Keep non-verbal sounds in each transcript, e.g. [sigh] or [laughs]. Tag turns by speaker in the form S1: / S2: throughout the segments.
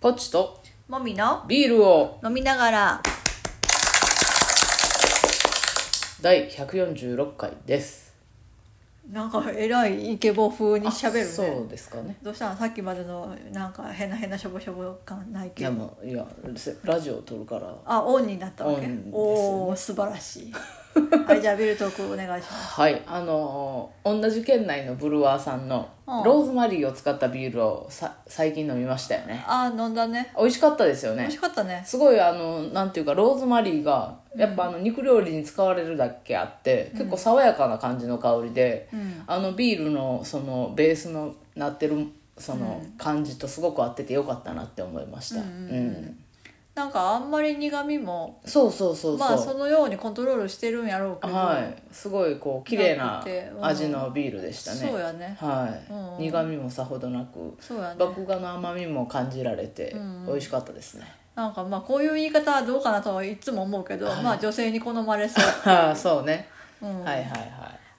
S1: ポチと
S2: もみの
S1: ビールを
S2: 飲みながら
S1: 第146回です
S2: なんかえらいイケボ風にしゃべるね
S1: そうですかね
S2: どうしたのさっきまでのなんか変な変なしょぼしょぼ感ない
S1: い
S2: け
S1: や
S2: ど
S1: もういやせラジオを撮るから
S2: あオンになったわ
S1: オ
S2: け、
S1: ンですね
S2: おお素晴
S1: [laughs]
S2: らしいはいじゃあビルトークお願いします
S1: はいあのー同じ県内のブルワーさんの
S2: うん
S1: ローズマリーを使ったビールをさ最近飲みましたよね
S2: あ飲んだね
S1: 美味しかったですよ
S2: 美
S1: ね
S2: 味しかったね
S1: すごいあのなんていうかローズマリーがやっぱあの肉料理に使われるだけあって、結構爽やかな感じの香りで、あのビールのそのベースのなってるその感じとすごく合っててよかったなって思いました、うん
S2: なんかあんまり苦味も
S1: そうそうそうそう、
S2: まあそのようにコントロールしてるんやろうけど、
S1: はいすごいこう綺麗
S2: な
S1: な
S2: くてうん
S1: 味のビールでしたね、
S2: そうやね
S1: はい、
S2: うん
S1: 苦味もさほどなく
S2: そうやね
S1: 麦芽の甘みも感じられて美味しかったですね、 [laughs]
S2: なんかまあこういう言い方はどうかなとはいつも思うけど、まあ女性に好まれそう、
S1: ああそうね、
S2: うん
S1: はいはいはい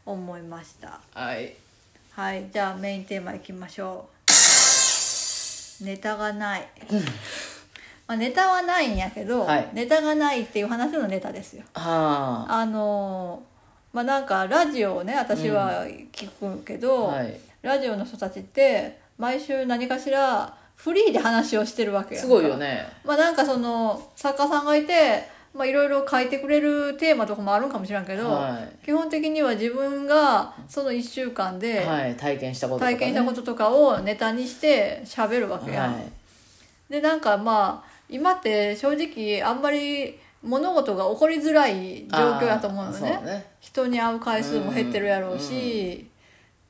S2: 思いました
S1: はい
S2: はいじゃあメインテーマいきましょうネタがないまあネタはないんやけど、
S1: はい
S2: ネタがないっていう話のネタですよ
S1: はあ
S2: あのーまあなんかラジオをね私は聞くけど、
S1: はい、
S2: ラジオの人たちって毎週何かしらフリーで話をしてるわけやん
S1: す
S2: か
S1: ごいよね
S2: まあなんかその作家さんがいてまあいろいろ書いてくれるテーマとかもあるんかもしれんけど、
S1: は
S2: 基本的には自分がその1週間
S1: い、
S2: で
S1: はい、体験したこととかね、
S2: 体験したこととかをネタにして喋るわけやん、
S1: はい
S2: でなんかまあ今って正直あんまり物事が起こりづらい状況やと思うの
S1: あー
S2: ね
S1: そうね
S2: 人に会う回数も減ってるやろうし、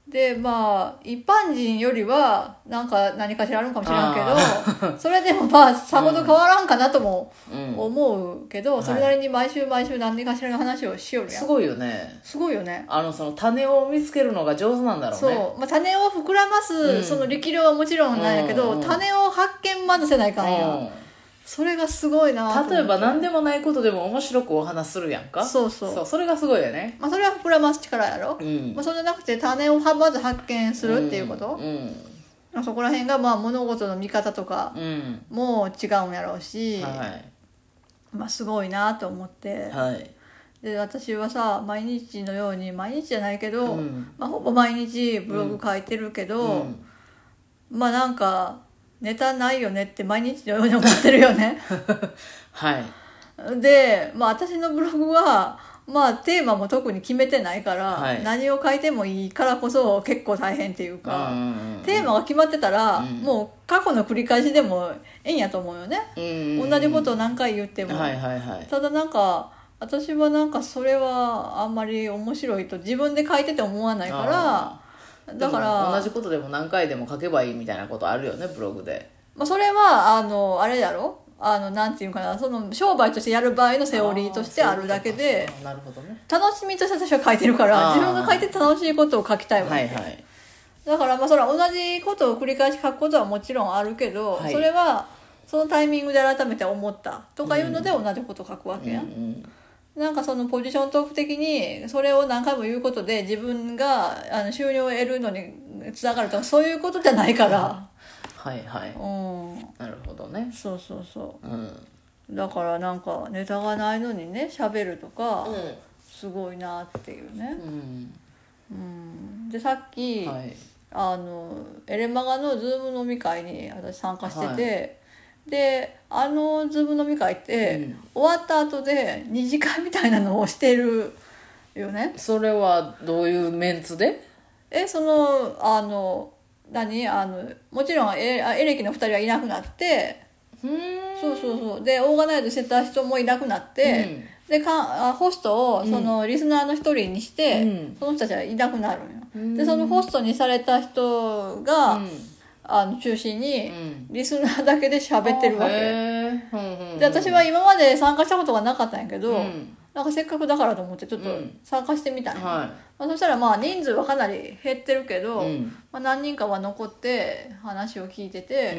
S2: でまあ一般人よりはなんか何かしらあるんかもしれんけどそれでもまあさほど変わらんかなとも
S1: うん
S2: 思うけど、それなりに毎週毎週何かしらの話をしよるやん
S1: すごいよね
S2: すごいよね
S1: あのその種を見つけるのが上手なんだろう
S2: そう
S1: ね
S2: まあ、種を膨らます、
S1: うん
S2: その力量はもちろんなんやけど、
S1: うんうん
S2: 種を発見まずせないかんや、
S1: う
S2: それがすごいなと思っ
S1: ん、
S2: て
S1: 例えば何でもないことでも面白くお話しするやんか
S2: そうそう
S1: そうそれがすごいよね
S2: まあ、それは膨らます力やろ、
S1: うん
S2: まあ、そうじゃなくて種をはまず発見するっていうこと、
S1: うん
S2: まあ、そこら辺がまあ物事の見方とか
S1: うん、
S2: も違うんやろうし、
S1: は
S2: まあ、すごいなと思って
S1: い、はい
S2: で私はさ毎日のように毎日じゃないけど、
S1: うん
S2: まあ、ほぼ毎日ブログ書いてるけど、
S1: うん
S2: まあなんかネタないよねって毎日のように思ってるよね [laughs]
S1: はい
S2: で、まあ、私のブログは、まあ、テーマも特に決めてないから、
S1: はい
S2: 何を書いてもいいからこそ結構大変っていう
S1: う
S2: か、
S1: ん
S2: テーマが決まってたら、
S1: うん
S2: もう過去の繰り返しでもええんやと思うよね、
S1: うんうん
S2: 同じことを何回言っても、
S1: はいはいはい
S2: ただなんか私はなんかそれはあんまり面白いと自分で書いてて思わないからだか
S1: でも同
S2: ら
S1: じことでも何回でも書けばいいみたいなことあるよねブログで
S2: まあ、それはあのあれだろあのなんていうかなその商売としてやる場合のセオリーとしてあるだけで
S1: あーなるほどね
S2: 楽しみとして私は書いてるから
S1: あー
S2: 自分が書いて楽しいことを書きたいわけ、
S1: はいはい
S2: だからまあそれは同じことを繰り返し書くことはもちろんあるけど、
S1: はい
S2: それはそのタイミングで改めて思ったとかいうので同じことを書くわけや、
S1: うん
S2: なんかそのポジショントーク的にそれを何回も言うことで自分があの収入を得るのにつながるとかそういうことじゃないから
S1: はいはい
S2: うん
S1: なるほどね
S2: そうそうそう
S1: うん、うん、
S2: だからなんかネタがないのにね喋るとかすごいなっていうね、うん、でさっき、
S1: はい
S2: あのエレマガのズーム飲み会に私参加してて、であのズーム飲み会って、
S1: うん
S2: 終わった後で二次会みたいなのをしてるよね
S1: それはどういうメンツで
S2: えそのあの何あのもちろんエあエレキの2人はいなくなって
S1: うん
S2: そうそうそうでオーガナイズしてた人もいなくなって、でかあホストをそのリスナーの一人にして、
S1: うん
S2: その人たちはいなくなるんよ、
S1: うん
S2: でそのホストにされた人
S1: う
S2: が、
S1: ん
S2: あの中心に
S1: うん
S2: リスナーだけで喋ってるわ
S1: へ
S2: け、
S1: えうんうん
S2: で私は今まで参加したことがなかったんやけど、
S1: うん
S2: なんかせっかくだからと思ってちょっと
S1: うん
S2: 参加してみたんや
S1: は
S2: まあ、そしたらまあ人数はかなり減ってるけど、
S1: いうん
S2: まあ、何人かは残って話を聞いてて、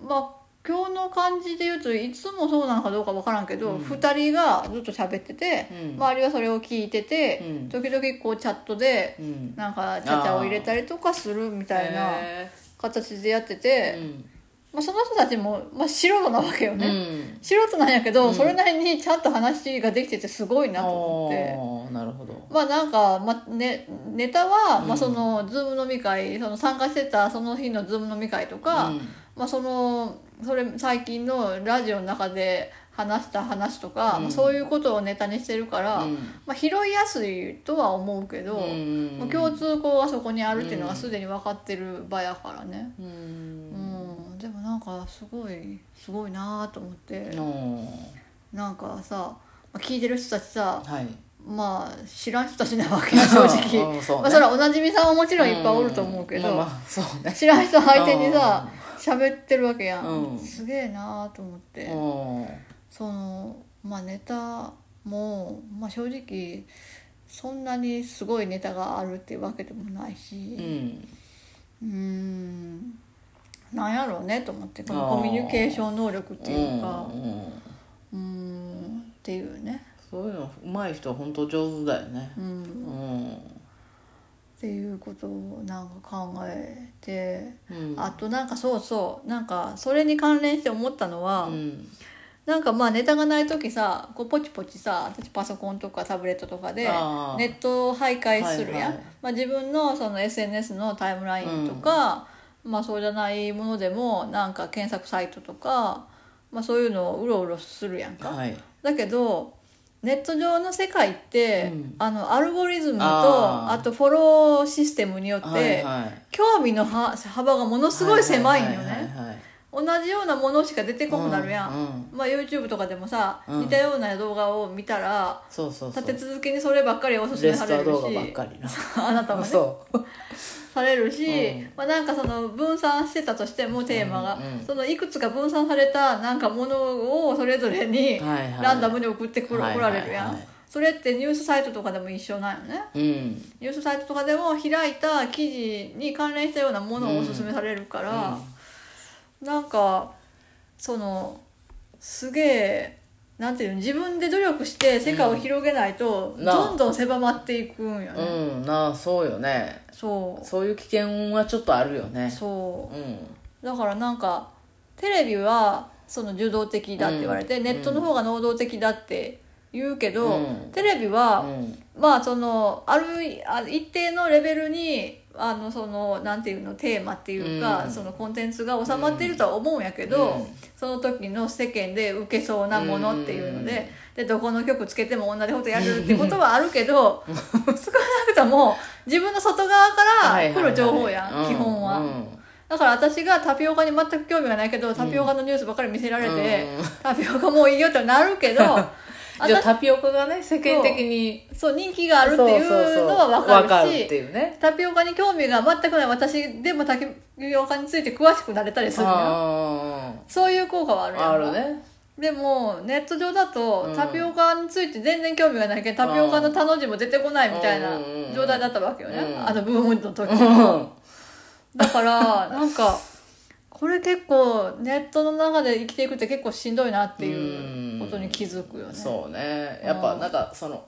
S1: うん
S2: まあ今日の感じで言うといつもそうなのかどうかわからんけど、二2人がずっと喋ってて、
S1: うん
S2: 周りはそれを聞いてて、
S1: うん
S2: 時々こうチャットで
S1: うん
S2: なんかチャチャを入れたりとかするみたいな
S1: へ
S2: 形でやってて、
S1: ーうん
S2: まあ、その人たちも、まあ、素人なわけよ
S1: う
S2: ね、
S1: ん
S2: 素人なんやけど、
S1: うん
S2: それなりにちゃんと話ができててすごいなと思っ
S1: あー
S2: て。
S1: なるほど
S2: まあなんか、まあね、ネタは、
S1: うん
S2: まあその、ズーム飲み会、その参加してたその日のズーム飲み会とか、
S1: うん
S2: まあその、それ最近のラジオの中で話した話とか、
S1: うん
S2: まあそういうことをネタにしてるから、
S1: うん
S2: まあ拾いやすいとは思うけど、
S1: うん
S2: まあ共通項がそこにあるっていうのがすでに分かってる場やからね。
S1: う
S2: うんん、でもなんかすごい、すごいなと思って、
S1: の
S2: なんかさ、まあ聞いてる人たちさ、
S1: はい
S2: まあ知らん人たちなわけよ正直
S1: うんそうね
S2: まあそれはおなじみさんはもちろんいっぱいおると思うけど、
S1: んまあまあそうね
S2: 知らん人相手にさ喋ってるわけやん、
S1: うん
S2: すげえなーと思って、
S1: う
S2: そのまあネタも、まあ、正直そんなにすごいネタがあるっていうわけでもない
S1: んう
S2: し
S1: ん
S2: うーんなんやろうねと思ってこ
S1: あ
S2: の
S1: ー
S2: コミュニケーション能力っていうか
S1: んうん
S2: うーんっていうね
S1: そういうの上手い人は本当上手だよね
S2: うん
S1: うん
S2: っていうことをなんか考えて、
S1: うん
S2: あとなんかそうそうなんかそれに関連して思ったのは、
S1: うん
S2: なんかまあネタがない時さこうポチポチさ私パソコンとかタブレットとかで
S1: あー
S2: ネットを徘徊する
S1: は
S2: やん、
S1: いはい
S2: まあ、自分のその SNS のタイムラインとか、まあ、そうじゃないものでもなんか検索サイトとか、まあ、そういうのをうろうろするやんか。
S1: はい
S2: だけどネット上の世界って、
S1: うん
S2: あのアルゴリズムと
S1: あ
S2: あ
S1: ー
S2: とフォローシステムによって、
S1: はいはい
S2: 興味のは幅がものすごい狭いんよね、
S1: はははい
S2: 同じようなものしか出てこなくなるやん、
S1: うん
S2: まあ、YouTube とかでもさ、
S1: うん
S2: 似たような動画を見たら
S1: そうそうそう
S2: 立て続けにそればっかりおすすめ
S1: レ
S2: さ
S1: ス
S2: れ
S1: ト
S2: る
S1: ア
S2: し
S1: 動画ばっかりな
S2: あ
S1: [laughs]
S2: なたもね
S1: そ
S2: されるし、
S1: うん
S2: まあ、なんかその分散してたとしてもテーマが、
S1: うんうん
S2: そのいくつか分散されたなんかものをそれぞれに
S1: うはいはい
S2: ランダムに送ってこら,、
S1: はい
S2: 来られるやん、
S1: はいはい
S2: それってニュースサイトとかでも一緒なんよね
S1: うん
S2: ニュースサイトとかでも開いた記事に関連したようなものをおすすめされるから、なんかそのすげえなんていうの自分で努力して世界を広げないと、
S1: うんなあ
S2: どんどん狭まっていくんよ
S1: う
S2: ね、
S1: んうんなあそうよね
S2: そ
S1: そういう危険はちょっとあるよ
S2: う
S1: ね
S2: そう
S1: うん
S2: だからなんかテレビはその受動的だって言われて、
S1: うん
S2: ネットの方が能動的だって言うけど、
S1: うん
S2: テレビは、
S1: うん
S2: まあそのあるあ一定のレベルにあのそのなんていうのテーマっていうか、
S1: うん
S2: そのコンテンツが収まっているとは思うんやけど、
S1: うん
S2: その時の世間で受けそうなものっていうので,、でどこの曲つけても同じことやるってことはあるけど少なくとも自分の外側から来る情報やん、
S1: はいはいはい
S2: 基本は。
S1: うん
S2: だから私がタピオカに全く興味がないけどタピオカのニュースばっかり見せられて、
S1: うん
S2: タピオカもういいよってなるけ
S1: [laughs]
S2: ど
S1: じゃあ
S2: 私
S1: タピオカがね世間的に
S2: そう人気があるっていうのは分かるし
S1: わっていうね
S2: タピオカに興味が全くない私でもタピオカについて詳しくなれたりするよ
S1: あ
S2: そういう効果はあるやん
S1: あ
S2: か
S1: あるね
S2: でもネット上だと
S1: うん
S2: タピオカについて全然興味がないけどタピオカの他の字も出てこないみたいな
S1: うんうんうん
S2: 状態だったわけよね、
S1: うん
S2: あのブームの
S1: [laughs]
S2: 時
S1: うん
S2: だからなんかこれ結構ネットの中で生きていくって結構しんどいなっていうことに気づくよね
S1: そうねやっぱなんかその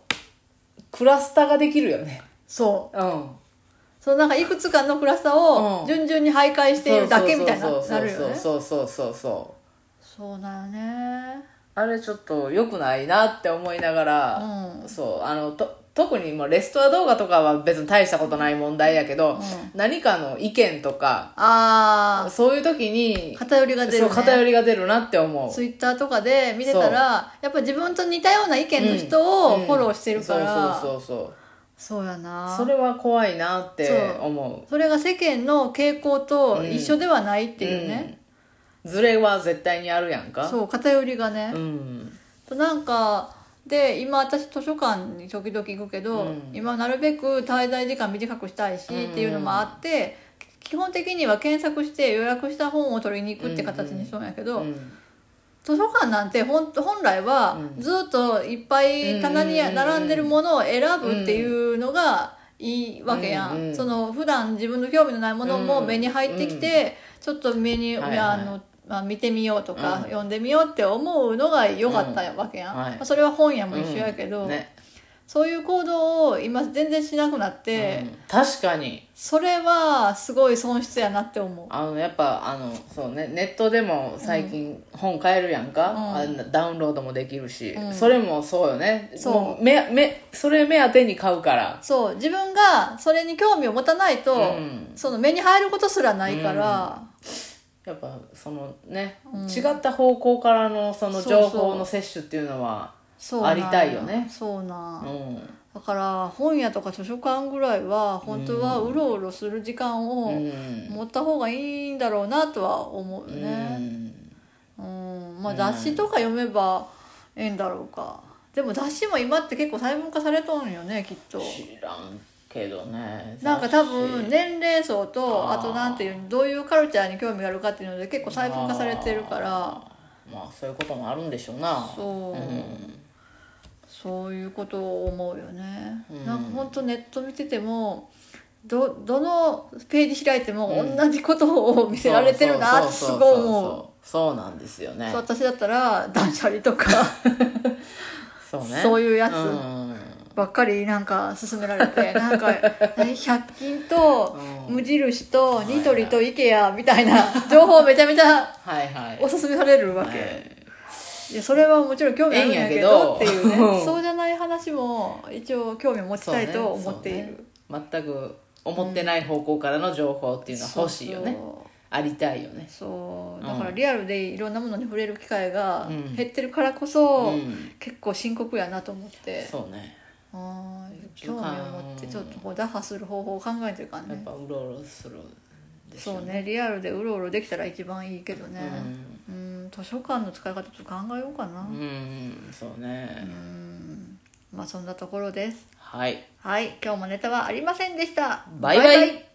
S1: クラスターができるよね
S2: そう
S1: うん
S2: そのなんかいくつかのクラスターを
S1: うん
S2: 順々に徘徊しているだけみたいな
S1: そうそ
S2: な
S1: う
S2: るよね
S1: そうそうそうそうそうそう
S2: そうだよね
S1: あれちょっと良くないなって思いなが
S2: う
S1: ら、
S2: ん
S1: そうあのと特にもうレストア動画とかは別に大したことない問題やけど、
S2: う
S1: 何かの意見とか
S2: あ
S1: そういう時に
S2: あ偏りが出る、ね、
S1: そう偏りが出るなって思う
S2: ツイッターとかで見てたらやっぱ自分と似たような意見の人をフォローしてるから、
S1: うんそうそうそう
S2: そうや
S1: そ
S2: な
S1: うそれは怖いなって思
S2: それが世間の傾向と一緒ではないっていうね、
S1: うズレは絶対にあるやんか
S2: そう偏りがね、
S1: うん
S2: となんかで今私図書館に時々行くけど、
S1: うん
S2: 今なるべく滞在時間短くしたいし
S1: うん
S2: っていうのもあって、基本的には検索して予約した本を取りに行くって形にしとんやけど、
S1: うん
S2: 図書館なんて本本来は
S1: う
S2: ずっといっぱい棚に
S1: うん
S2: 並んでるものを選ぶっていうのがいいわけやん、
S1: うん
S2: その普段自分の興味のないものも目に入ってきて、ちょっと目に、
S1: はいはい
S2: あのまあ、見てみようとか、
S1: うん
S2: 読んでみようって思うのが良かったわけやん、
S1: はい
S2: まあそれは本屋も一緒やけど、
S1: ね
S2: そういう行動を今全然しなくなって、
S1: うん確かに
S2: それはすごい損失やなって思う
S1: あのやっぱあのそう、ね、ネットでも最近本買えるやんか、
S2: うん
S1: あれダウンロードもできるし、
S2: うん
S1: それもそうよね
S2: そう
S1: もうめめそれ目当てに買うから
S2: そう自分がそれに興味を持たないと、
S1: うん
S2: その目に入ることすらないから、
S1: やっぱそのね、
S2: うん
S1: 違った方向からのその
S2: そうそう
S1: 情報の摂取っていうのは
S2: そうなん
S1: ありたいよね
S2: そうなん、
S1: うん
S2: だから本屋とか図書館ぐらいは本当はうろうろする時間
S1: う
S2: を
S1: ん
S2: 持った方がいいんだろうなとは思う
S1: う
S2: ね、
S1: ん
S2: うんまあ雑誌とか読めばええんだろうかでも雑誌も今って結構細分化されとんよねきっと
S1: 知らんけどね
S2: なんか多分年齢層と
S1: あー
S2: あとなんていうどういうカルチャーに興味があるかっていうので結構細分化されてるから
S1: あーまあそういうこともあるんでしょうな
S2: そう、
S1: ん
S2: そういうことを思うよね、
S1: うん
S2: なんかほんとネット見ててもどどのページ開いても同じことを見せられてるなって
S1: そ
S2: す
S1: うそう
S2: ごい
S1: そうそう
S2: 思う
S1: そうなんですよね
S2: そう私だったら断捨離
S1: [laughs]
S2: とか
S1: そうね
S2: そういうやつ
S1: うん
S2: ばっかりなんか勧められてなんか100均と
S1: うん
S2: 無印とニトリと IKEA みたいな情報をめちゃめちゃ
S1: はいはい
S2: おすすめされるわけ、いやそれはもちろん興味あるんやけどって
S1: ええん
S2: い
S1: や
S2: う
S1: けど
S2: ね
S1: うん
S2: そうじゃない話も一応興味を持ちたいと思っている、
S1: そうね全く思ってない方向からの情報っていうのは欲しいよね、ありたいよね
S2: そうそう
S1: うん
S2: だからリアルでいろんなものに触れる機会が
S1: うん
S2: 減ってるからこそ、
S1: うん
S2: 結構深刻やなと思って
S1: そうね
S2: あー興味を持ってちょっとこう打破する方法を考えてるか
S1: や
S2: ら
S1: っ
S2: ね
S1: ぱうろうろするでしょ
S2: そうねリアルでうろうろできたら一番いいけどね
S1: うん
S2: うん図書館の使い方ちょっと考えようかな
S1: うんうんそうね、
S2: うんまあそんなところです
S1: はい
S2: はい、今日もネタはありませんでした。
S1: バイバイ